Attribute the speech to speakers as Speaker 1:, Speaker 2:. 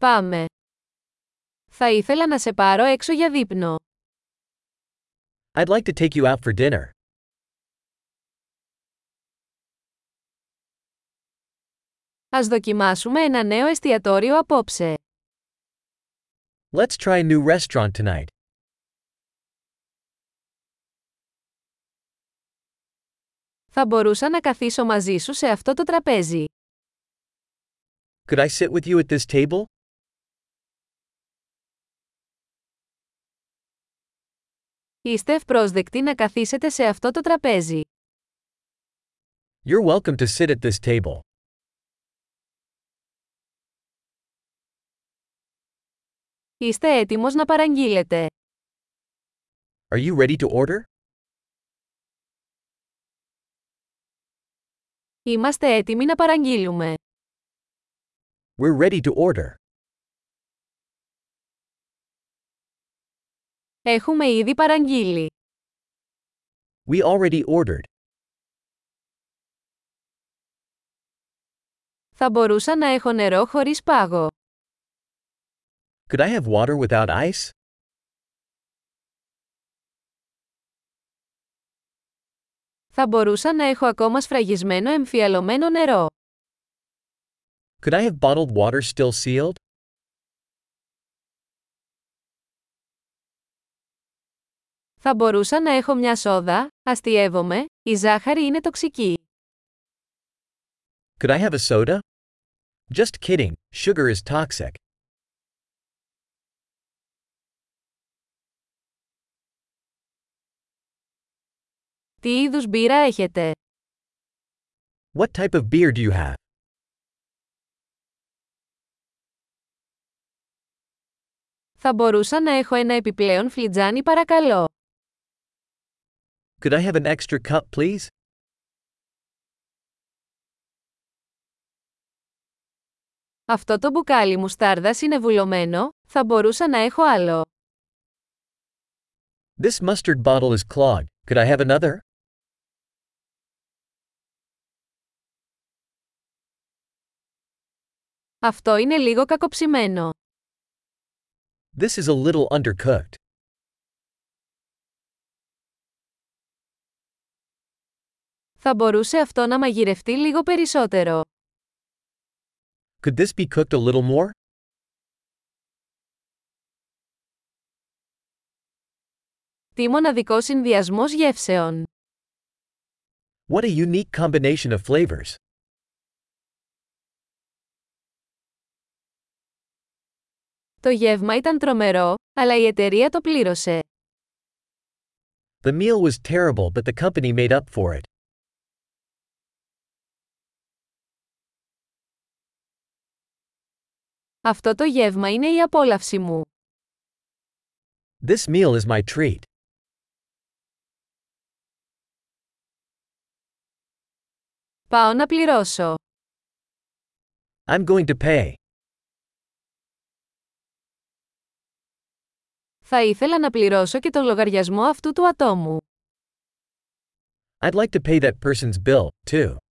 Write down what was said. Speaker 1: Πάμε. Θα ήθελα να σε πάρω έξω για δείπνο.
Speaker 2: I'd like to take you out for dinner.
Speaker 1: Ας δοκιμάσουμε ένα νέο εστιατόριο απόψε.
Speaker 2: Let's try a new restaurant tonight.
Speaker 1: Θα μπορούσα να καθίσω μαζί σου σε αυτό το τραπέζι.
Speaker 2: Could I sit with you at this table?
Speaker 1: Είστε ευπρόσδεκτοι να καθίσετε σε αυτό το τραπέζι.
Speaker 2: You're welcome to sit at this table.
Speaker 1: Είστε έτοιμος να παραγγείλετε.
Speaker 2: Are you ready to order?
Speaker 1: Είμαστε έτοιμοι να παραγγείλουμε.
Speaker 2: We're ready to order.
Speaker 1: Έχουμε ήδη παραγγείλει.
Speaker 2: We already ordered.
Speaker 1: Θα μπορούσα να έχω νερό χωρίς πάγο.
Speaker 2: Could I have water without ice?
Speaker 1: Θα μπορούσα να έχω ακόμα σφραγισμένο εμφιαλωμένο νερό.
Speaker 2: Could I have bottled water still sealed?
Speaker 1: Θα μπορούσα να έχω μια σόδα, αστειεύομαι, η ζάχαρη είναι τοξική.
Speaker 2: Could I have a soda? Just kidding, sugar is toxic.
Speaker 1: Τι είδους μπύρα έχετε?
Speaker 2: What type of beer do you have?
Speaker 1: Θα μπορούσα να έχω ένα επιπλέον φλιτζάνι παρακαλώ.
Speaker 2: Could I have an extra cup, please?
Speaker 1: Αυτό το μπουκάλι μουστάρδας είναι βουλωμένο, θα μπορούσα να έχω άλλο.
Speaker 2: This mustard bottle is clogged. Could I have another?
Speaker 1: Αυτό είναι λίγο κακοψημένο.
Speaker 2: This is a little undercooked.
Speaker 1: Θα μπορούσε αυτό να μαγειρευτεί λίγο περισσότερο.
Speaker 2: Could this be cooked a little more?
Speaker 1: Τι μοναδικό συνδυασμός γεύσεων.
Speaker 2: What a unique combination of flavors.
Speaker 1: Το γεύμα ήταν τρομερό, αλλά η εταιρεία το πλήρωσε.
Speaker 2: The meal was terrible, but the company made up for it.
Speaker 1: Αυτό το γεύμα είναι η απόλαυση μου.
Speaker 2: This meal is my treat.
Speaker 1: Πάω να πληρώσω.
Speaker 2: I'm going to pay.
Speaker 1: Θα ήθελα να πληρώσω και τον λογαριασμό αυτού του ατόμου.
Speaker 2: I'd like to pay that person's bill, too.